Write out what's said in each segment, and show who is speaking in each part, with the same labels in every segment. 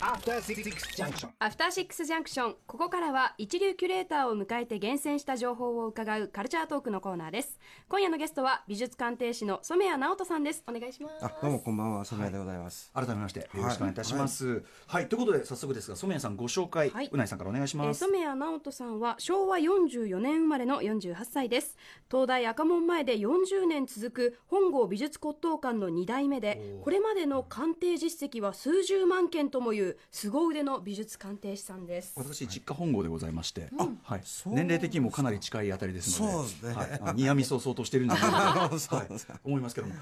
Speaker 1: After Six Junction.
Speaker 2: アフターシックスジャンクションここからは一流キュレーターを迎えて厳選した情報を伺うカルチャートークのコーナーです今夜のゲストは美術鑑定士の染谷直人さんですお願いします
Speaker 3: あどうもこんばんは染谷でございます、
Speaker 4: 改めましてよろしくお願いいたします。はい、ということで早速ですが、染谷さんご紹介、
Speaker 2: はいう
Speaker 4: ないさんからお願いし
Speaker 2: えー
Speaker 4: ます。
Speaker 2: 染谷直人さんは昭和44年生まれの48歳です東大赤門前で40年続く本郷美術骨董館の2代目でこれまでの鑑定実績は数十万件ともいう凄腕の美術鑑定士さんです
Speaker 4: 私実家本郷でございまして、はい、
Speaker 3: そう
Speaker 4: 年齢的にもかなり近いあたりですので、
Speaker 3: そうですね
Speaker 4: はいあ、ニヤミスを相当してるんじゃないかなと、
Speaker 3: そう
Speaker 4: は
Speaker 3: ですね
Speaker 4: い、思いますけども、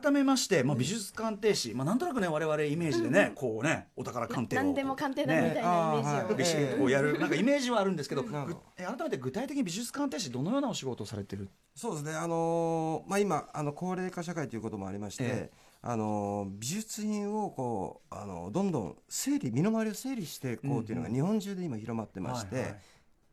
Speaker 4: 改めまして、まあ、美術鑑定士、まあ、なんとなくね我々イメージでね、こうねお宝鑑定を
Speaker 2: 何でも鑑定だみた
Speaker 4: ね
Speaker 2: いなイメージを、
Speaker 3: あーはい
Speaker 4: ビシッとこうやるなんかイメージはあるんですけど、
Speaker 3: なるほ
Speaker 4: ぐ
Speaker 3: ど
Speaker 4: え改めて具体的に美術鑑定士どのようなお仕事をされてる
Speaker 3: そうですねあのーまあ今あの高齢化社会ということもありまして、
Speaker 4: え
Speaker 3: あのー美術品をこうあのどんどん整理身の回りを整理していこうというのが日本中で今広まってまして、
Speaker 4: はいはい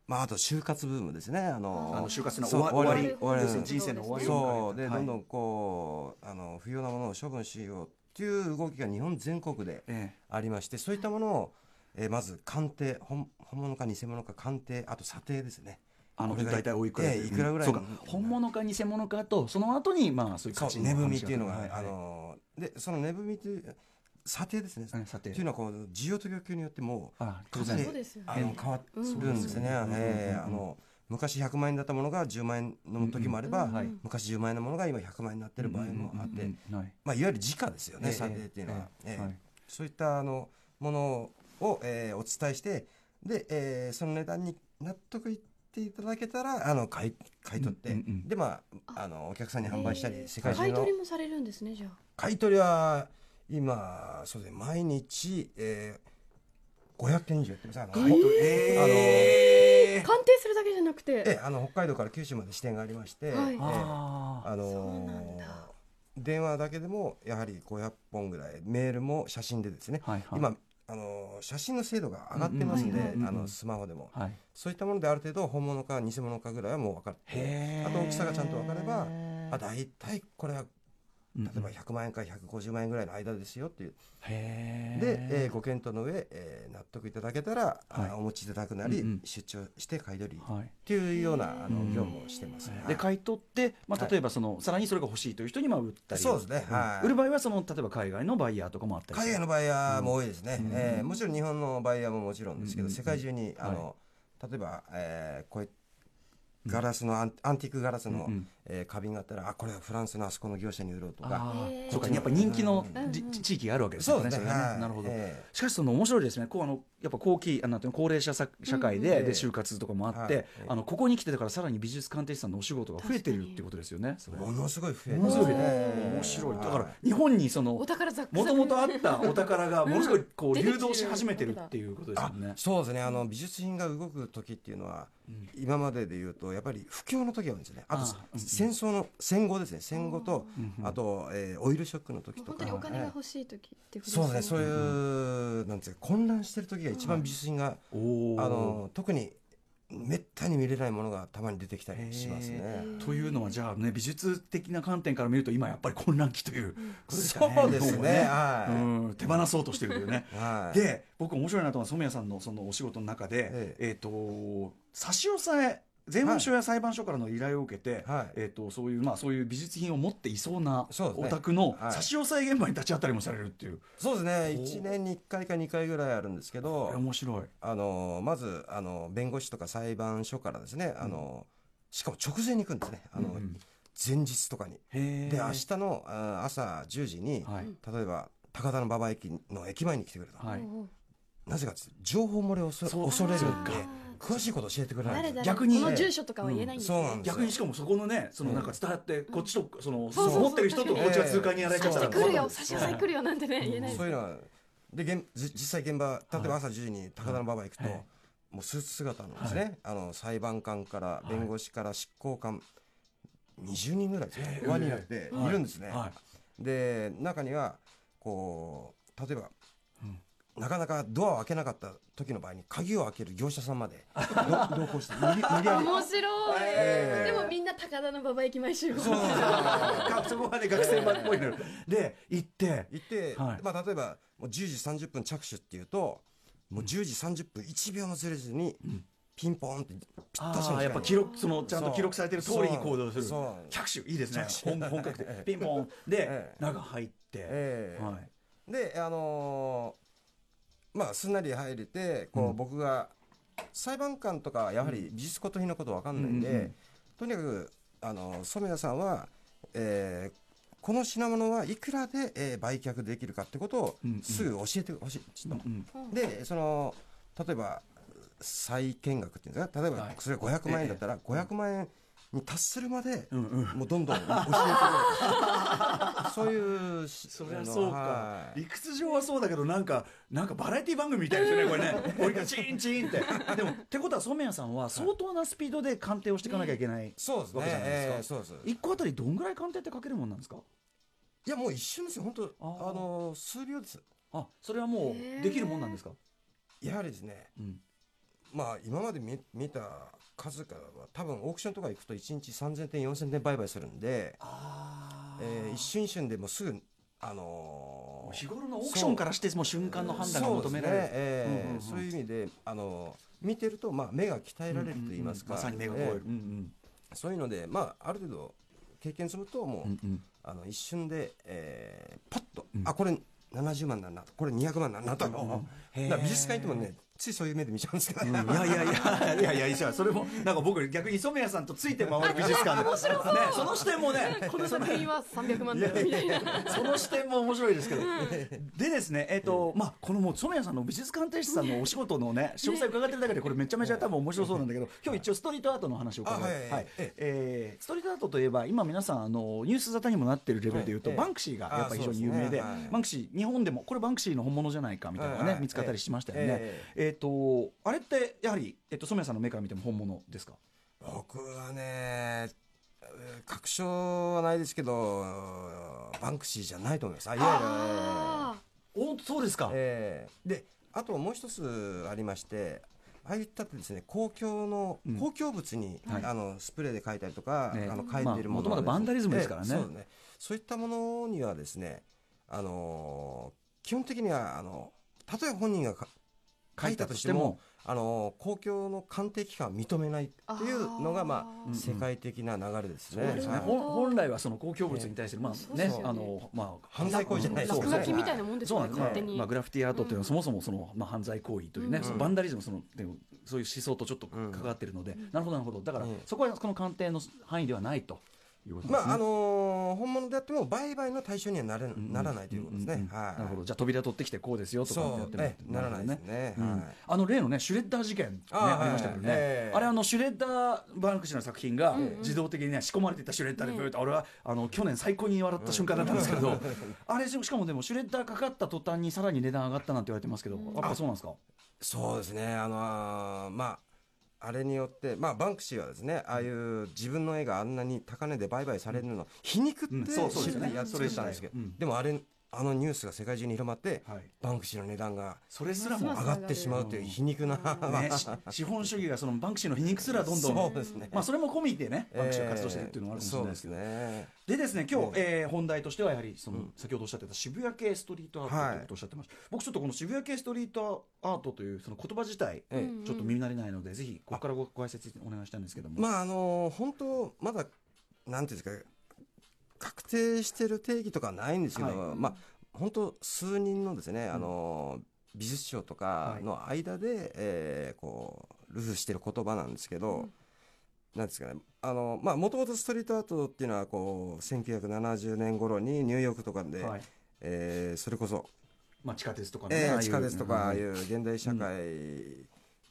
Speaker 3: まああと就活ブームですねあのー
Speaker 4: あの就活の
Speaker 3: そ
Speaker 4: 終
Speaker 3: う
Speaker 4: わ終わり
Speaker 3: 終わり
Speaker 4: ですね人生の終わり
Speaker 3: そう
Speaker 4: を迎え
Speaker 3: で
Speaker 4: た
Speaker 3: どんど
Speaker 4: はい
Speaker 3: んこうあの不要なものを処分しようっていう動きが日本全国で
Speaker 4: ええ
Speaker 3: ありましてそういったものを、えーまず鑑定本本物か偽物か鑑定あと査定ですね
Speaker 4: あの
Speaker 3: これが
Speaker 4: 大体おいくら
Speaker 3: ええいくらぐらい
Speaker 4: そうか本物か偽物かとその後にまあそういう価
Speaker 3: そう
Speaker 4: 値の
Speaker 3: 値踏みっていうのが、
Speaker 4: 話
Speaker 3: あのでその値踏みという査定ですね、
Speaker 4: うん査定
Speaker 3: というのはこう需要と供給によってもう
Speaker 4: あ当然
Speaker 3: かなり
Speaker 2: そうですよね
Speaker 3: あの変わるんですね、
Speaker 4: うん
Speaker 3: ええ
Speaker 4: うん
Speaker 3: あの昔100万円だったものが10万円の時もあれば、
Speaker 4: うんうんはい
Speaker 3: 昔10万円のものが今100万円になってる場合もあって、
Speaker 4: うんうんはい
Speaker 3: まあ、いわゆる時価ですよ
Speaker 4: え
Speaker 3: ね、
Speaker 4: え
Speaker 3: 査定っていうのは、
Speaker 4: ええ
Speaker 3: ええ
Speaker 4: はい
Speaker 3: そういったあのものを、ええお伝えしてで、ええその値段に納得いっていただけたらあの買い買い取って、
Speaker 4: うんうんうん
Speaker 3: でまああのお客さんに販売したり、
Speaker 2: えー
Speaker 3: 世界中
Speaker 2: 買い
Speaker 3: の
Speaker 2: 取りもされるんですねじゃあ
Speaker 3: 買い取りは今そうですね毎日、えー、500件以上やってますあの、はい
Speaker 4: ええ
Speaker 2: 鑑定するだけじゃなくて、
Speaker 3: ええあの北海道から九州まで支店がありまし
Speaker 2: は
Speaker 3: て、
Speaker 2: い
Speaker 3: ええ
Speaker 4: ああ
Speaker 3: あ
Speaker 2: そうな
Speaker 3: の
Speaker 2: ん
Speaker 3: ー
Speaker 2: だ
Speaker 3: 電話だけでもやはり500本ぐらいメールも写真でですね、
Speaker 4: はいはい
Speaker 3: 今あのー写真の精度が上がってますんで、
Speaker 4: うんうんうんうん
Speaker 3: あのスマホでも、
Speaker 4: はい
Speaker 3: そういったものである程度本物か偽物かぐらいはもう分かって
Speaker 4: へー
Speaker 3: あと大きさがちゃんと分かればあ大体これは
Speaker 4: うん
Speaker 3: 例えば100万円から150万円ぐらいの間ですよっていう
Speaker 4: へえ
Speaker 3: で、えーご検討の上、えー納得いただけたら、あ
Speaker 4: はい
Speaker 3: お持ちいただくなり、
Speaker 4: うんうん
Speaker 3: 出張して買い取りっ
Speaker 4: はい
Speaker 3: ていうようなあの
Speaker 4: うん
Speaker 3: 業務をしてます、ね
Speaker 4: で買い取って、まあ、
Speaker 3: はい
Speaker 4: 例えばその、さらにそれが欲しいという人にまあ売ったり
Speaker 3: そうですね
Speaker 4: ん
Speaker 3: はい
Speaker 4: 売る場合はその例えば海外のバイヤーとかもあったりする
Speaker 3: 海外のバイヤーも多いですね、
Speaker 4: うん
Speaker 3: えーもちろん日本のバイヤーももちろんですけど、
Speaker 4: うん
Speaker 3: 世界中にあの、例えば、えーこういガラスのアンアンティークガラスの、
Speaker 4: うんうん
Speaker 3: えー花瓶があったらあこれはフランスのあそこの業者に売ろうとか
Speaker 4: ああ
Speaker 2: へー
Speaker 4: そうかやっぱ人気の
Speaker 2: うん
Speaker 4: じ
Speaker 2: うん
Speaker 4: 地域があるわけです
Speaker 3: そう
Speaker 4: よ
Speaker 3: で
Speaker 4: ね
Speaker 3: すね
Speaker 4: それが
Speaker 3: はい
Speaker 4: なるほど、
Speaker 3: ええ
Speaker 4: しかしその面白いですねこうあのやっぱ後期あなんていうの高齢者さ社会で,、
Speaker 3: うん
Speaker 4: で就活とかもあって、
Speaker 3: はい
Speaker 4: あのここに来てだからさらに美術鑑定士さんのお仕事が増えてるっていうことですよねそれ
Speaker 3: ものすごい増えて
Speaker 4: 面白いね
Speaker 3: えー
Speaker 4: 面白いだか
Speaker 3: は
Speaker 4: ら日本にその
Speaker 2: お宝ザックザ
Speaker 4: も
Speaker 2: ク
Speaker 4: ともとあったお宝がものすごいこう
Speaker 2: 出て
Speaker 4: 流
Speaker 2: きてる
Speaker 4: 動し始めてるっていうことですよね
Speaker 3: そうですねあの美術品が動く時っていうのは、今までで言うとやっぱり不況の時が多いんですよねあと
Speaker 4: あーうん
Speaker 3: 戦争の戦後ですね戦後と、
Speaker 4: うん
Speaker 3: あと、えーオイルショックの時と
Speaker 2: 本
Speaker 3: か
Speaker 2: 当にお金が
Speaker 3: はい
Speaker 2: 欲しい時っていうこと
Speaker 3: そうですねそういうう、なんですか混乱してる時が一番美術品が、
Speaker 4: おおー
Speaker 3: あの特にめったに見れないものがたまに出てきたりしますね。
Speaker 4: というのはじゃあね美術的な観点から見ると今やっぱり混乱期ということですかね
Speaker 3: そうですね
Speaker 4: 日本は
Speaker 3: はい
Speaker 4: うん手放そうとしてるという ね
Speaker 3: はい
Speaker 4: で僕面白いなと思うのは染谷さんのそのお仕事の中で、
Speaker 3: え
Speaker 4: えっ、と差し押さえ税務署や裁判所からの依頼を受けて、
Speaker 3: はい
Speaker 4: えっとそういうまあ、そういう美術品を持っていそうな
Speaker 3: そうです
Speaker 4: お
Speaker 3: ね
Speaker 4: 宅の
Speaker 3: はい
Speaker 4: 差し押さえ現場に立ち会ったりもされるっていう、
Speaker 3: そうですね
Speaker 4: ほう
Speaker 3: 1年に1回か2回ぐらいあるんですけど
Speaker 4: これ面白い。
Speaker 3: あのまずあの弁護士とか裁判所からですねあの、しかも直前に行くんですねあの、
Speaker 4: うん
Speaker 3: 前日とかに。
Speaker 4: へー
Speaker 3: で明日のあ朝10時に、
Speaker 4: はい
Speaker 3: 例えば高田馬場駅の駅前に来てくれと、
Speaker 4: はい
Speaker 2: ん
Speaker 3: なぜかっていうと情報漏れを恐
Speaker 4: そう
Speaker 3: 恐れるんで
Speaker 4: そっ
Speaker 3: 詳しいこと教えてくれないん
Speaker 2: 誰
Speaker 3: ですよ
Speaker 2: だ
Speaker 4: 逆に
Speaker 2: この住所とかは言えないんですね
Speaker 3: そうなんですよ
Speaker 4: 逆にしかもそこのねそのなんか伝わってこっちとそのそ
Speaker 2: そううそう
Speaker 4: 持ってる人とこっちが通過にやられちゃった
Speaker 3: そ
Speaker 4: ら
Speaker 3: う
Speaker 2: 来るよ
Speaker 4: 困
Speaker 2: 差し押さえ来るよなんてね言えないです
Speaker 3: そういうのはで現じ実際現場例えば朝10時に高田馬場行くと、
Speaker 4: はい
Speaker 3: もうスーツ姿のですね、あの裁判官から弁護士から執行官、20人ぐらいですね
Speaker 4: へえ
Speaker 3: 輪になっているんですね、
Speaker 4: はい
Speaker 3: で中にはこう例えば、なかなかドアを開けなかった時の場合に鍵を開ける業者さんまでど 同行して無理無理やり
Speaker 1: 面白い、で
Speaker 3: え
Speaker 1: もみんな高田の馬場行きましょう
Speaker 4: そうそうそうそこまで学生版っぽいのよで行って
Speaker 3: 行って、
Speaker 4: はい
Speaker 3: まあ、例えばもう10時30分着手っていうともう10時30分1秒もずれずにピンポンってぴったし
Speaker 4: ああ
Speaker 3: の時間に
Speaker 4: やっぱ記録そのちゃんと記録されてる通りに行動する
Speaker 3: そう
Speaker 4: 着手いいですね
Speaker 3: 着手
Speaker 4: 本本 格的ピンポンで
Speaker 3: ええ
Speaker 4: 中入って
Speaker 3: ええ
Speaker 4: はい
Speaker 3: であのーまあすんなり入れてこう、僕が裁判官とかはやはり美術こと日のことわかんないんで、
Speaker 4: うんうんうん
Speaker 3: とにかく、あの染谷さんは、えーこの品物はいくらで、えー売却できるかってことを
Speaker 4: うんうん
Speaker 3: すぐ教えてほしいちょっと
Speaker 4: うん
Speaker 3: でその例えば再見学っていうんですか例え
Speaker 4: は
Speaker 3: ば
Speaker 4: い
Speaker 3: それが500万円だったら、500万円に達するまで、
Speaker 4: うんうん
Speaker 3: もうどんどん教えてくれる そういう
Speaker 4: そ
Speaker 3: そ
Speaker 4: りゃそうか
Speaker 3: はい
Speaker 4: 理屈上はそうだけどなんかなんかバラエティ番組みたいですよねこれね俺がチンチンってでもってことは染谷さんは相当なスピードで鑑定をしていかなきゃいけない
Speaker 3: そうですね。
Speaker 4: わけじゃないですか
Speaker 3: えーそうです。い
Speaker 4: 一個あたりどんぐらい鑑定ってかけるもんなんですか
Speaker 3: やもう一瞬ですよ。本当
Speaker 4: あ
Speaker 3: あ
Speaker 4: ー
Speaker 3: のー数秒です。
Speaker 4: あそれはもうできるもんなんですか
Speaker 3: やはりですね。
Speaker 4: うん
Speaker 3: まあ今まで見見た数からは多分オークションとか行くと一日3000点4000点売買するんで、
Speaker 4: ああ
Speaker 3: えー一瞬一瞬でもうすぐあのー
Speaker 4: 日頃のオークションからしてもう瞬間の判断が求めら
Speaker 3: そ
Speaker 4: れ
Speaker 3: うですね
Speaker 4: る
Speaker 3: えー
Speaker 4: うんうんうん
Speaker 3: そういう意味であのー見てるとまあ目が鍛えられると言いますか。
Speaker 4: まさに目が超える、
Speaker 3: えーそういうのでまあある程度経験するとも
Speaker 4: う
Speaker 3: う、
Speaker 4: んうん
Speaker 3: あの一瞬で、えー、パッと、あこれ70万なんだこれ200万なんだとか、
Speaker 4: へー
Speaker 3: だから美術館行ってもねついそういう目で見ちゃうんですけど、
Speaker 4: いやいやいや、いやいや、いや、それも、なんか僕、逆に磯宮さんとついて回る美 術館で、ね、その視点もね、
Speaker 1: この作品は300万だみたい な
Speaker 4: その視点も面白いですけど、でですね、えっとまあ、このもう染谷さんの美術館定士さんのお仕事のね詳細伺ってるだけでこれめちゃめちゃ多分面白そうなんだけど今日一応ストリートアートの話を伺う、
Speaker 3: あはいはいはい
Speaker 4: はい
Speaker 3: え
Speaker 4: えーストリートアートといえば今皆さんあのニュース沙汰にもなってるレベルでいうと、
Speaker 3: はいええ
Speaker 4: バンクシーがやっぱり非常に有名で
Speaker 3: あそうですねはい
Speaker 4: バンクシー日本でもこれバンクシーの本物じゃないかみたいなのがね、
Speaker 3: はい
Speaker 4: 見つかったりしましたよね。
Speaker 3: え
Speaker 4: えっとあれってやはり、えっと、染谷さんの目から見ても本物ですか
Speaker 3: 僕はねえー確証はないですけどバンクシーじゃないと思いますあいわゆる
Speaker 1: あ
Speaker 4: おそうですか、
Speaker 3: えーであともう一つありましてああいったってですね公共の、
Speaker 4: ん
Speaker 3: 公共物に、
Speaker 4: はい
Speaker 3: あのスプレーで書いたりとか、
Speaker 4: ええ
Speaker 3: あの書いてるもの
Speaker 4: まあ元々バンダリズムですからね
Speaker 3: ええそうねそういったものにはですねあのー基本的にはあのたとえ本人がか書いたとしてもあのー公共の鑑定機関は認めないっていうのが
Speaker 1: あー
Speaker 3: まあ世界的な流れですね。
Speaker 4: そうですね、
Speaker 3: はい
Speaker 4: ほん本来はその公共物に対する、まあ
Speaker 1: そう
Speaker 4: ね
Speaker 1: ですよね
Speaker 4: あのまあ
Speaker 3: 犯罪行為じゃない
Speaker 1: あ
Speaker 3: です
Speaker 4: そう
Speaker 1: 落
Speaker 3: か
Speaker 1: 書きみたいなもんです
Speaker 4: そう
Speaker 1: よ
Speaker 4: な
Speaker 1: ね
Speaker 4: んです
Speaker 1: 勝手
Speaker 4: ね、
Speaker 1: に、
Speaker 4: まあ、グラフィティアートっていうのはそもそもその、まあ、犯罪行為というね、
Speaker 1: うん
Speaker 4: そのバンダリズムそのでもそういう思想とちょっと関わってるので、なるほどなるほどだから、
Speaker 3: うん
Speaker 4: そこはこの鑑定の範囲ではないということですね。
Speaker 3: まああのー本物であっても売買の対象にはなれならないということです
Speaker 4: うんう
Speaker 3: ね
Speaker 4: ん。うん
Speaker 3: はい
Speaker 4: なるほどじゃあ扉取ってきてこうですよとかってやっても
Speaker 3: そうええならないですね
Speaker 4: るほど
Speaker 3: はい
Speaker 4: あの例のねシュレッダー事件、ね、
Speaker 3: あ
Speaker 4: あ
Speaker 3: あ
Speaker 4: りましたけどね、
Speaker 3: はいええ
Speaker 4: あれあのシュレッダーバンクシーの作品が自動的にね仕込まれていったシュレッダーでブーッと、俺はあの去年最高に笑った瞬間だったんですけど、あれししかもでもシュレッダーかかった途端にさらに値段上がったなんて言われてますけど、やっぱそうなんですか
Speaker 3: そうですね、あのーまあ、あれによって、まあ、バンクシーはですね、ああいう自分の絵があんなに高値で売買されるの、皮肉っ
Speaker 4: うん
Speaker 3: て、
Speaker 4: そうそうですよね
Speaker 3: やってたんですけ
Speaker 4: それ自体
Speaker 3: ど、
Speaker 4: うん
Speaker 3: でもあれ、あのニュースが世界中に広まって、
Speaker 4: はい
Speaker 3: バンクシーの値段が
Speaker 4: それすらも
Speaker 1: ま
Speaker 3: 上
Speaker 1: あ
Speaker 3: がってしまうという皮肉な、
Speaker 4: ね、し資本主義がそのバンクシーの皮肉すらどんどん、
Speaker 3: そうですね
Speaker 4: まあ、それも込みでねバンクシーが活動してるっていうのもあるかもしれ
Speaker 3: そ
Speaker 4: な
Speaker 3: う
Speaker 4: いですけど、で
Speaker 3: ですね。
Speaker 4: ですね今日、えー本題としてはやはりその、先ほどおっしゃってた渋谷系ストリートアートということをおっしゃってました、僕ちょっとこの渋谷系ストリートアートというその言葉自体、
Speaker 3: え
Speaker 1: え
Speaker 4: ちょっと耳慣れないのでぜひここからごご解説お願いしたいんですけども、
Speaker 3: まああの本当まだなんていうんですか確定してる定義とかはないんですけど、
Speaker 4: は
Speaker 3: まあ本当数人のですね、あの美術賞とかの間で、えーこうルフしてる言葉なんですけど、なんですかねあのまあもともとストリートアートっていうのはこう1970年頃にニューヨークとかで、
Speaker 4: はい
Speaker 3: えーそれこそ
Speaker 4: まあ、地下鉄とかね、あ
Speaker 3: ええ
Speaker 4: あいう
Speaker 3: 地下鉄とかああい
Speaker 4: うん
Speaker 3: う現代社会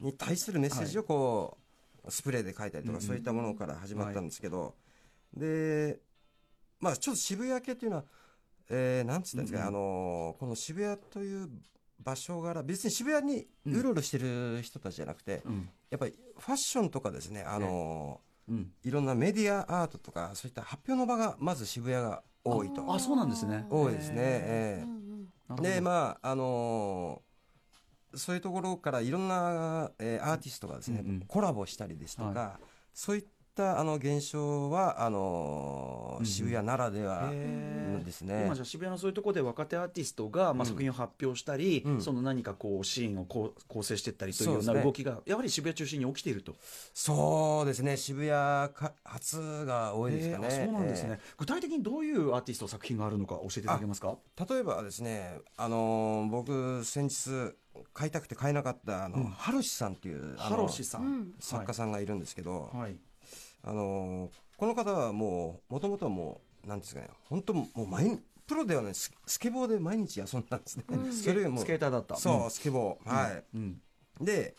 Speaker 3: に対するメッセージをこうスプレーで書いたりと
Speaker 4: う
Speaker 3: か
Speaker 4: んうん
Speaker 3: そういったものから始まったんですけどでまあちょっと渋谷系というのはえーなんつったんです
Speaker 4: うん
Speaker 3: か
Speaker 4: うん
Speaker 3: あのこの渋谷という場所柄別に渋谷にうろうろしてる人たちじゃなくて
Speaker 4: うん
Speaker 3: やっぱりファッションとかですねあの
Speaker 4: うん
Speaker 3: いろんなメディアアートとかそういった発表の場がまず渋谷が多いと
Speaker 4: あそうなんですね
Speaker 3: 多いですね。ええ
Speaker 1: うんうん
Speaker 4: なるほど
Speaker 3: でまああのーそういうところからいろんな、えーアーティストがですね、
Speaker 4: うんうん
Speaker 3: コラボしたりですとか、
Speaker 4: は
Speaker 3: そういったあの現象はあのー
Speaker 4: うん
Speaker 3: 渋谷ならでは
Speaker 4: へー
Speaker 3: ですね。
Speaker 4: 今じゃあ渋谷のそういうところで若手アーティストが、まあ、作品を発表したり、
Speaker 3: うん
Speaker 4: その何かこうシーンをこう構成していったりという
Speaker 3: そ
Speaker 4: よ
Speaker 3: うで
Speaker 4: う
Speaker 3: すね
Speaker 4: な動きが、やはり渋谷中心に起きていると、
Speaker 3: そうですね渋谷か初が多いですか
Speaker 4: へ
Speaker 3: ね。
Speaker 4: ーあそうなんですね、具体的にどういうアーティスト作品があるのか教えていただけますか
Speaker 3: えー例えばですね、あのー僕先日買いたくて買えなかったあの、ハロシさんっていうあの
Speaker 4: ハロシさん、
Speaker 2: うん
Speaker 3: 作家さんがいるんですけど、
Speaker 4: はい、
Speaker 3: あのーこの方はもうもともとはもうなんですかね本当もう毎日プロではないススケボーで毎日遊んだんですね、
Speaker 4: スケ
Speaker 3: それも
Speaker 4: スケーターだった
Speaker 3: そう、スケボーはい、
Speaker 4: うん、うん
Speaker 3: で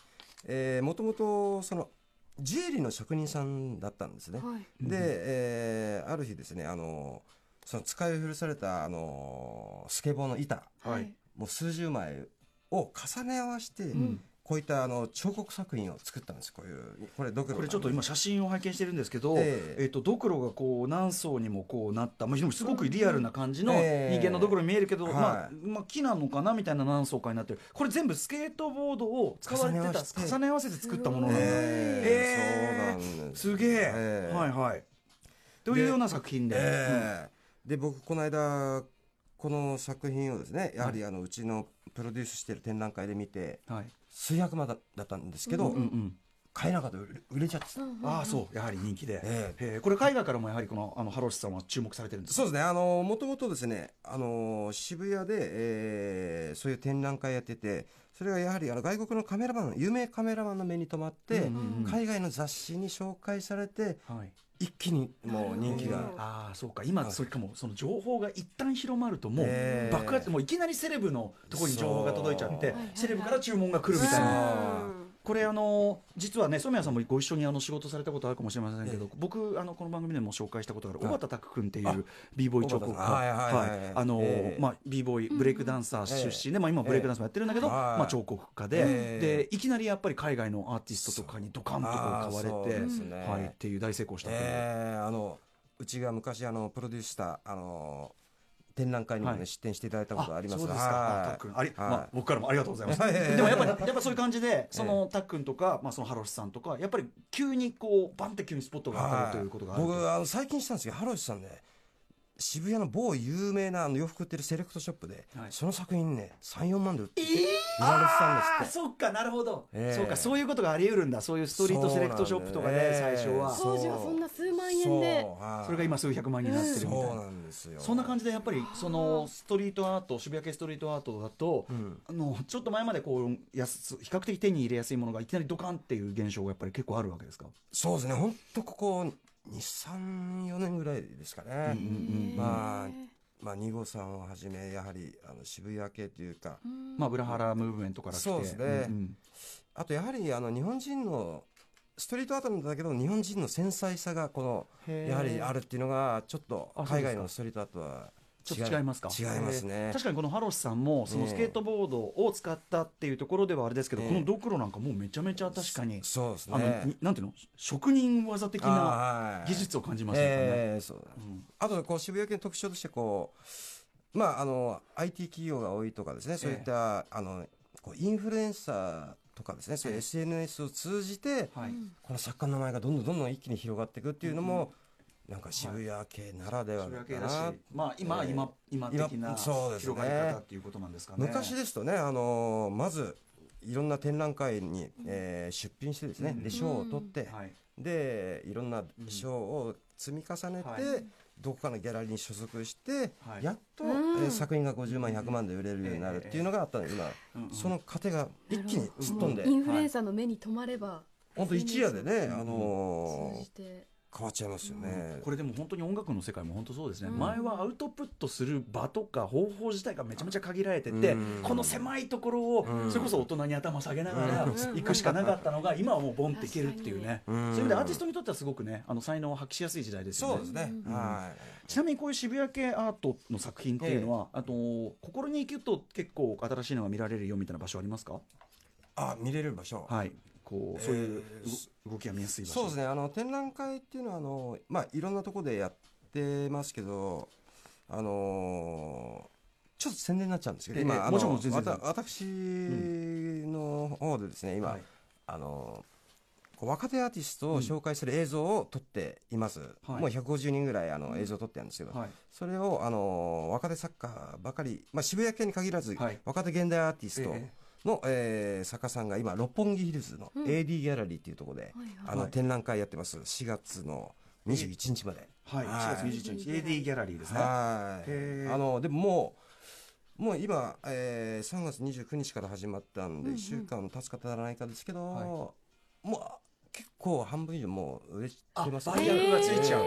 Speaker 3: もともとそのジュエリーの職人さんだったんですね、
Speaker 1: はい。
Speaker 3: で、えーある日ですねあのーその使い古されたあのースケボーの板
Speaker 4: はい。
Speaker 3: もう数十枚を重ね合わせて、
Speaker 4: ん
Speaker 3: こういったあの彫刻作品を作ったんですこういうこれドクロ
Speaker 4: これちょっと今写真を拝見してるんですけど、え
Speaker 3: ええ
Speaker 4: っとドクロがこう何層にもこうなった、まあ、でもすごくリアルな感じの人
Speaker 3: ええ
Speaker 4: 間のドクロに見えるけど、
Speaker 3: はい
Speaker 4: まあまあ、木なのかなみたいな何層かになってるこれ全部スケートボードを使われてた重
Speaker 3: 重ね
Speaker 4: ね
Speaker 3: 合わせて
Speaker 4: 合わせて作ったものなんだ、え
Speaker 3: えーそうなんです
Speaker 4: すげえ、
Speaker 3: えー
Speaker 4: はいはいというような作品で、
Speaker 3: ええで僕この間この作品をですねやはりあのうちのプロデュースしてる展覧会で見て
Speaker 4: うんはい
Speaker 3: 数百万だだったんですけど、
Speaker 4: うんうん
Speaker 3: 買えなかった売れ売れちゃってた、
Speaker 4: ああそうやはり人気で、
Speaker 3: え
Speaker 4: えこれ海外からもやはりこのあのハロシさんは注目されてるんです
Speaker 3: そうですねあのもともとですねあの渋谷で、えーそういう展覧会やっててそれがやはりあの外国のカメラマン有名カメラマンの目に留まって、
Speaker 4: うんうんうん
Speaker 3: 海外の雑誌に紹介されて
Speaker 4: はい
Speaker 3: 一気にもう人気
Speaker 1: なる
Speaker 3: が
Speaker 1: ほど
Speaker 4: ああそうか今それかもその情報が一旦広まるともう
Speaker 3: ええ
Speaker 4: 爆発もういきなりセレブのところに情報が届いちゃって
Speaker 3: そう
Speaker 1: はいはい
Speaker 4: セレブから注文が来るみたいな。
Speaker 3: そう
Speaker 4: これあの実はね染谷さんもご一緒にあの仕事されたことあるかもしれませんけど、
Speaker 3: え
Speaker 4: 僕あのこの番組でも紹介したことがある
Speaker 3: はい
Speaker 4: 小畑拓君っていう b ボーイ彫刻家
Speaker 3: 小畑さんはいはいはい
Speaker 4: あの、
Speaker 3: ええ
Speaker 4: まあ b ボーイブレイクダンサー出身で、まあ今ブレイクダンスもやってるんだけど、
Speaker 3: ええはい
Speaker 4: まあ彫刻家で、
Speaker 3: ええ
Speaker 4: でいきなりやっぱり海外のアーティストとかにドカンとこう買われて
Speaker 3: あーそうですね
Speaker 4: はいっていう大成功したという
Speaker 3: えーあのうちが昔あのプロデュースしたあの展覧会にもね、
Speaker 4: はい
Speaker 3: 出展していただいたことがあります
Speaker 4: そうですか。あたっくん、あり、まあ僕からもありがとうございます。
Speaker 3: はい
Speaker 4: でもやっぱりやっぱそういう感じで、そのたっくんとか、まあそのハロシさんとか、やっぱり急にこうバンって急にスポットが当たるということがあると。
Speaker 3: 僕あの最近したんですけどハロシさんね渋谷の某有名なあの洋服売ってるセレクトショップで、
Speaker 4: はい
Speaker 3: その作品ね34万で売って
Speaker 4: え
Speaker 3: 売
Speaker 4: ー
Speaker 3: られてたんですって
Speaker 4: あーそっかなるほど、
Speaker 3: ええ
Speaker 4: そうかそういうことがあり得るんだそういうストリートセレクトショップとかで、
Speaker 3: そう
Speaker 4: 最
Speaker 3: なんです
Speaker 4: 初
Speaker 3: よ
Speaker 4: は
Speaker 3: えーそう
Speaker 1: 当時はそんな数万円で
Speaker 3: そうはい
Speaker 4: それが今数百万になってるみたいな、
Speaker 3: そうなんですよ
Speaker 4: そんな感じでやっぱりそのストリートアート渋谷系ストリートアートだと、
Speaker 3: ん
Speaker 4: あのちょっと前までこう安比較的手に入れやすいものがいきなりドカンっていう現象がやっぱり結構あるわけですか、
Speaker 3: そうですね本当ここ234年ぐらいですかね、まあまあ2号さんをはじめやはりあの渋谷系というか、
Speaker 4: まあ、裏腹ムーブメントから来て
Speaker 3: そうですね
Speaker 4: ん
Speaker 3: あとやはりあの日本人のストリートアートなんだけど日本人の繊細さがこ
Speaker 4: へー
Speaker 3: のやはりあるっていうのがちょっと
Speaker 4: あそうですか
Speaker 3: 海外のストリートアートは
Speaker 4: ちょっと違いますか
Speaker 3: 違います
Speaker 4: えー
Speaker 3: ね
Speaker 4: 確かにこのハロシさんもそのスケートボードを使ったっていうところではあれですけど、
Speaker 3: ええ
Speaker 4: このドクロなんかもうめちゃめちゃ確かに、
Speaker 3: そうです
Speaker 4: あの
Speaker 3: ね
Speaker 4: になんていうの職人技的な
Speaker 3: あーはい
Speaker 4: 技術を感じましたよね、
Speaker 3: ええそうだ
Speaker 4: ん
Speaker 3: あとこう渋谷系の特徴としてこうまああの IT 企業が多いとかですねそういったあのこうインフルエンサーとかですねそういう SNS を通じて
Speaker 4: はい
Speaker 3: この作家の名前がどんどんどんどん一気に広がっていくっていうのもなんか渋谷系ならでは
Speaker 4: それだ
Speaker 3: なのか
Speaker 4: けだし
Speaker 3: な、
Speaker 4: まあ、今、
Speaker 3: ええ
Speaker 4: 今、今的な
Speaker 3: 今そうですね
Speaker 4: 広がり方っていうことなんですかね。
Speaker 3: 昔ですとね、あのーまずいろんな展覧会に、えー出品してですね、で賞を取って、
Speaker 4: はい、
Speaker 3: でいろんな賞を積み重ねて、
Speaker 4: はい
Speaker 3: どこかのギャラリーに所属して、
Speaker 4: はい
Speaker 3: やっと、
Speaker 1: うん
Speaker 3: えー作品が50万100万で売れるようになるっていうのがあったので今、
Speaker 4: うんうん
Speaker 3: その過程が一気にすっ飛んで、
Speaker 1: インフルエンサーの目に留まれば
Speaker 3: ほんと一夜でね、
Speaker 4: ん
Speaker 3: あの
Speaker 1: 通
Speaker 3: ー
Speaker 1: じて
Speaker 3: 変わっちゃいますよね。
Speaker 4: これでも本当に音楽の世界も本当そうですね、前はアウトプットする場とか方法自体がめちゃめちゃ限られてて、
Speaker 3: うん
Speaker 4: この狭いところを
Speaker 3: うん
Speaker 4: それこそ大人に頭下げながら行くしかなかったのが今はもうボンっていけるっていうね、
Speaker 3: う
Speaker 4: そ
Speaker 3: ん
Speaker 4: ういう意味でアーティストにとってはすごくねあの才能を発揮しやすい時代ですよね。
Speaker 3: そうですね、はい
Speaker 4: ちなみにこういう渋谷系アートの作品っていうのは、あと心に行くと結構新しいのが見られるよみたいな場所ありますか
Speaker 3: あ見れる場所、
Speaker 4: はい、こう、そういう
Speaker 3: え
Speaker 4: 動動きが見やすい場所。
Speaker 3: そうですねあの展覧会っていうのはあの、まあ、いろんなところでやってますけど、あのちょっと宣伝になっちゃうんですけど、
Speaker 4: ええ
Speaker 3: 今、あ
Speaker 4: もちろん
Speaker 3: の
Speaker 4: 全然
Speaker 3: わた私の方でですね、今、
Speaker 4: はい
Speaker 3: あのこう若手アーティストを紹介する映像を撮っています、
Speaker 4: はい
Speaker 3: もう150人ぐらいあの映像を撮ってるんですけど、
Speaker 4: はい
Speaker 3: それをあの若手作家ばかり、まあ、渋谷系に限らず、
Speaker 4: はい
Speaker 3: 若手現代アーティスト
Speaker 4: ええ
Speaker 3: の、えー作家さんが今六本木ヒルズの AD ギャラリーっていうところで、
Speaker 1: はいはい
Speaker 3: あの
Speaker 4: はい
Speaker 3: 展覧会やってます4月の21日まで。
Speaker 4: はい、
Speaker 3: はい
Speaker 4: 4月21日 AD ギャラリーですね。
Speaker 3: はい
Speaker 4: へー
Speaker 3: あのでももうもう今、えー、3月29日から始まったんで、一1週間経つか経たないかですけど、
Speaker 4: はい
Speaker 3: もうあ結構半分以上もう売れて
Speaker 4: あ、
Speaker 3: ます
Speaker 4: バイヤーがついちゃう。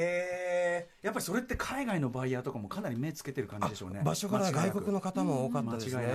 Speaker 4: へえ。やっぱりそれって海外のバイヤーとかもかなり目つけてる感じでしょうね。
Speaker 3: 場所から
Speaker 4: 間違い
Speaker 3: 外
Speaker 4: なく
Speaker 3: 国の方も多かった
Speaker 4: 間
Speaker 3: ですね、
Speaker 4: 違いなく。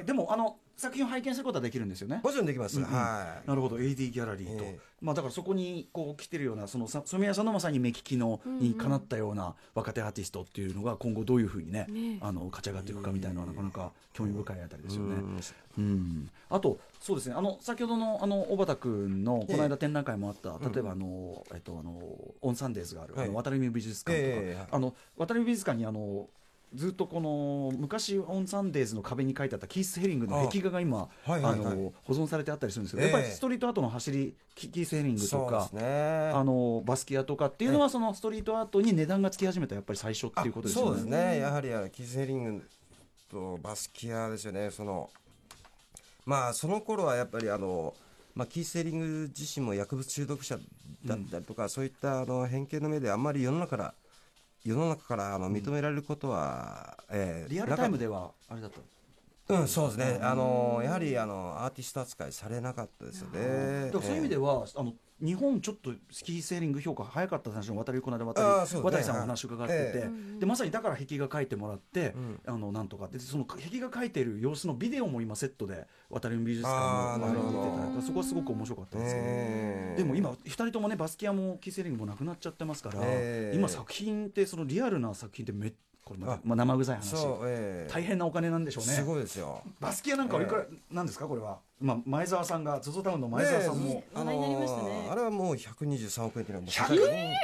Speaker 4: へえ。でもあの作品を拝見することはできるんですよね
Speaker 3: ー。もちろんできます、
Speaker 4: うんうん
Speaker 3: はい
Speaker 4: なるほど AD ギャラリーと、
Speaker 3: ええ
Speaker 4: まあ、だからそこにこう来てるようなそのさ染谷さんのまさに目利きのにかなったような若手アーティストっていうのが今後どういうふうにね
Speaker 1: ねえ
Speaker 4: あの勝ち上がっていくかみたいなのはなかなか興味深いあたりですよね。
Speaker 3: うん
Speaker 4: うん、あとそうですねあの先ほどのあの小畑君のこの
Speaker 3: え
Speaker 4: 間展覧会もあった、例えばあの、えっとあのオンサンデーズがある、
Speaker 3: はい
Speaker 4: あの渡辺美術館とか、
Speaker 3: ええはい
Speaker 4: あの渡辺美術館にあのずっとこの昔オンサンデーズの壁に書いてあったキース・ヘリングの壁画が今あ、
Speaker 3: あはいはいはい
Speaker 4: の保存されてあったりするんですけど、
Speaker 3: ええ
Speaker 4: やっぱりストリートアートの走りキキース・ヘリングと
Speaker 3: そうで
Speaker 4: か
Speaker 3: す。ね
Speaker 4: あのバスキアとかっていうのはそのストリートアートに値段がつき始めたやっぱり最初っていうことですよね。
Speaker 3: そうですね、やはりあのキース・ヘリングとバスキアですよね、そのまあ、その頃はやっぱりあの、まあ、キース・ヘリング自身も薬物中毒者だったりとか、そういったあの偏見の目で、あんまり世の中から世の中からあの認められることは、えー
Speaker 4: リアルタイム
Speaker 3: なか
Speaker 4: ではあれだったんです
Speaker 3: うん、そうですね、あのやはりあのアーティスト扱いされなかったですよね。
Speaker 4: だからそういう意味で
Speaker 3: えー
Speaker 4: は、あの日本ちょっとスキーセーリング評価早かった話を渡りこの間渡
Speaker 3: あー
Speaker 4: り、
Speaker 3: そう
Speaker 4: 渡
Speaker 3: ですね
Speaker 4: りさんお話伺ってて、
Speaker 3: え
Speaker 4: でまさにだから壁画描いてもらって、
Speaker 3: ん
Speaker 4: あのなんとかでその壁画描いてる様子のビデオも今セットで渡り美術館
Speaker 3: あ
Speaker 4: の
Speaker 3: ー
Speaker 4: あの
Speaker 3: なるほど
Speaker 4: 見ていただいたそこはすごく面白かったですけど、
Speaker 3: えー
Speaker 4: でも今2人ともねバスキアもキーセーリングもなくなっちゃってますから、
Speaker 3: ええ
Speaker 4: 今作品ってそのリアルな作品ってめっこれまた
Speaker 3: あ
Speaker 4: まあ、生臭い話
Speaker 3: そう、えー
Speaker 4: 大変なお金なんでしょうね。
Speaker 3: すごいですよ。
Speaker 4: バスキアなんかはいくらなんですかこれは、まあ、前澤さんが ZOZO タウンの前澤さんも、
Speaker 3: ねえ
Speaker 1: 話題になりましたね
Speaker 3: あのーあれはもう123億円っていうのはもう高いね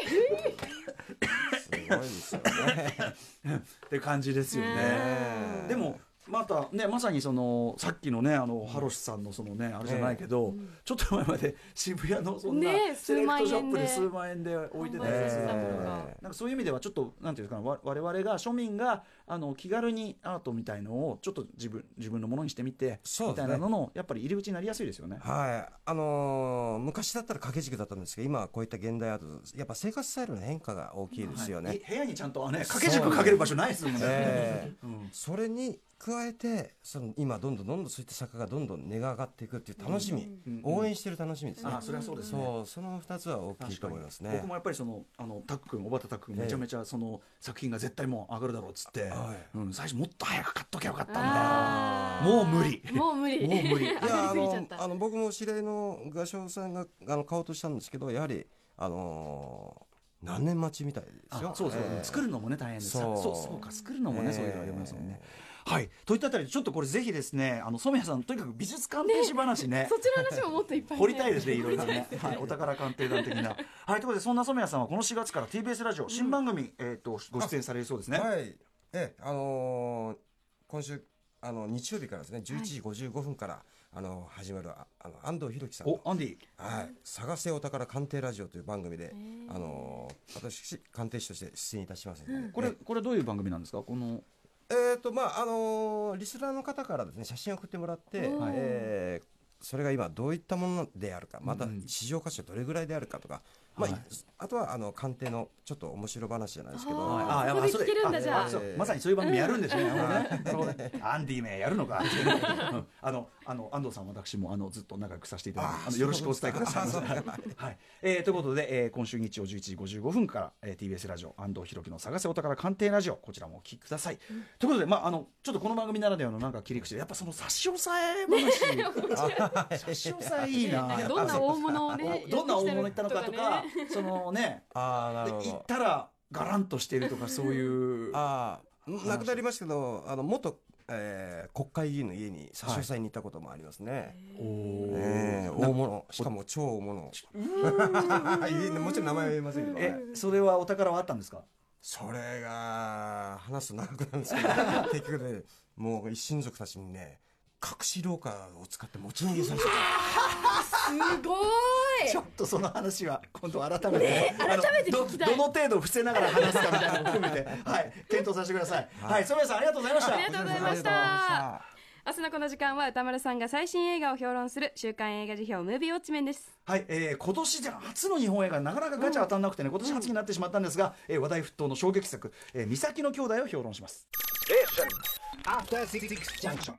Speaker 3: すごいですよ ね。
Speaker 4: って感じですよね。でもまたねまさにそのさっきのねあのハロシさんのそのねあれじゃないけど、ちょっと前まで 渋谷のそんな
Speaker 1: ねえ
Speaker 4: セレクトショップで数
Speaker 1: 数
Speaker 4: 万円で置いてた
Speaker 1: 販売
Speaker 4: や
Speaker 1: さ
Speaker 4: つ
Speaker 1: れてたもの
Speaker 3: え
Speaker 1: が
Speaker 3: え
Speaker 4: なんかそういう意味ではちょっとなんていうかなわ我々が庶民があの気軽にアートみたいのをちょっと自分自分のものにしてみて、
Speaker 3: そう
Speaker 4: み
Speaker 3: ですね
Speaker 4: たいなののやっぱり入り口になりやすいですよね。
Speaker 3: はい、あのー昔だったら掛け軸だったんですけど、今はこういった現代アート、やっぱ生活スタイルの変化が大きいですよね。
Speaker 4: い部屋にちゃんとね掛け軸かける場所ないですもんね。
Speaker 3: ええ
Speaker 4: うん
Speaker 3: それに加えて、その今どんどんどんどんそういった作家がどんどん値が上がっていくっていう楽しみ、
Speaker 4: うん
Speaker 3: 応援してる楽しみですね。
Speaker 4: あそれはそうですね。
Speaker 3: そう、その二つは大きい
Speaker 4: 確
Speaker 3: と
Speaker 4: か
Speaker 3: 思
Speaker 4: に
Speaker 3: いますね。
Speaker 4: 僕もやっぱりそのあのタック君小畑タック君
Speaker 3: ええ
Speaker 4: めちゃめちゃその作品が絶対もう上がるだろうっつって、
Speaker 3: はい
Speaker 4: うん、最初もっと早く買っときゃよかったみたいな
Speaker 1: あー
Speaker 4: もう無理
Speaker 1: もう無理
Speaker 4: もう無理い
Speaker 1: 上
Speaker 4: や
Speaker 1: がり
Speaker 3: あ
Speaker 1: すぎちゃ
Speaker 3: の
Speaker 1: っ
Speaker 3: あ
Speaker 1: た
Speaker 3: の僕も知り合いの画商さんがあの買おうとしたんですけどやはり、あのー何年待ちみたいですよ
Speaker 4: あそうそう、
Speaker 3: ええ
Speaker 4: 作るのもね大変です
Speaker 3: そう
Speaker 4: そうそうか作るのもね、
Speaker 3: ええ
Speaker 4: そういうのありますもんねはいといったあたりでちょっとこれぜひですねあの染谷さんとにかく美術鑑定士話 ね
Speaker 1: そちらの話ももっといっぱいね
Speaker 4: 掘りたいですね、いろいろね、はい、お宝鑑定団的 な。はい、ということで、そんな染谷さんはこの4月から TBS ラジオ、新番組、えっ、と、ご出演されるそうですね。
Speaker 3: はいええあのー今週あの日曜日からですね11時55分から、あの始まるああの安藤裕樹さん
Speaker 4: お
Speaker 3: の、
Speaker 4: アンディ、
Speaker 3: はい「探せお宝鑑定ラジオ」という番組で、あのー私鑑定士として出演いたしますので、
Speaker 4: これ、これどういう番組なんですか、この。
Speaker 3: えーとまああのーリスナーの方からですね写真を送ってもらって、
Speaker 1: はい
Speaker 3: えーそれが今どういったものであるかまた
Speaker 4: うん
Speaker 3: 市場価値はどれぐらいであるかとか、まあ
Speaker 4: はい
Speaker 3: あとはあの鑑定のちょっと面白話じゃないですけど、
Speaker 1: はい
Speaker 4: ああやばい
Speaker 1: そこで聞けるんだ
Speaker 4: それ
Speaker 1: じゃあ
Speaker 4: あそうまさにそういう番組やるんですね。あのねアンディ名やるのか。うんあのあの安藤さん私もあのずっと仲良くさせていただいて
Speaker 3: あ
Speaker 4: あのよろしくお伝えください。
Speaker 3: そう
Speaker 4: はい はい。えーということで、えー今週日曜11時55分から、えー TBS ラジオ安藤弘樹の探せお宝鑑定ラジオこちらもお聞きください。ということでまああのちょっとこの番組ならではのなんか切り口でやっぱその差し押さえ 話。差し押さえいいな。
Speaker 1: どんな大物を
Speaker 4: やっ
Speaker 1: ね
Speaker 4: ぱどんな大物行ったのかと
Speaker 1: や
Speaker 4: か
Speaker 1: てき、
Speaker 4: そのね。
Speaker 3: あーなるほ
Speaker 4: で行っ
Speaker 3: ど
Speaker 4: たらガランとしてるとかそういう
Speaker 3: あー亡くなりましたけどあの元、えー国会議員の家に差し押さえに行ったこともありますね、えー大物しかも超大物 いいねもちろん名前は言えませんけど、
Speaker 4: えそれはお宝はあったんですか
Speaker 3: それが話すと長くなるんですけど結局ねもう一親族たちにね隠し廊下を使って持ち逃げさせて
Speaker 2: すごい
Speaker 4: ちょっとその話は今度改めて、改
Speaker 2: めて聞きたい
Speaker 4: どどの程度伏せながら話すかみたいなのを含めて、はい、検討させてください。
Speaker 3: はい
Speaker 4: はい、染谷さんありがとうございました。
Speaker 5: ありがとうございました明日のこの時間は歌丸さんが最新映画を評論する週刊映画辞表ムービーウォッチメンです
Speaker 4: はい、えー今年で初の日本映画なかなかガチャ当たんなくてね、今年初になってしまったんですが、えー話題沸騰の衝撃作、えー、三崎の兄弟を評論します。
Speaker 6: After Six Junction.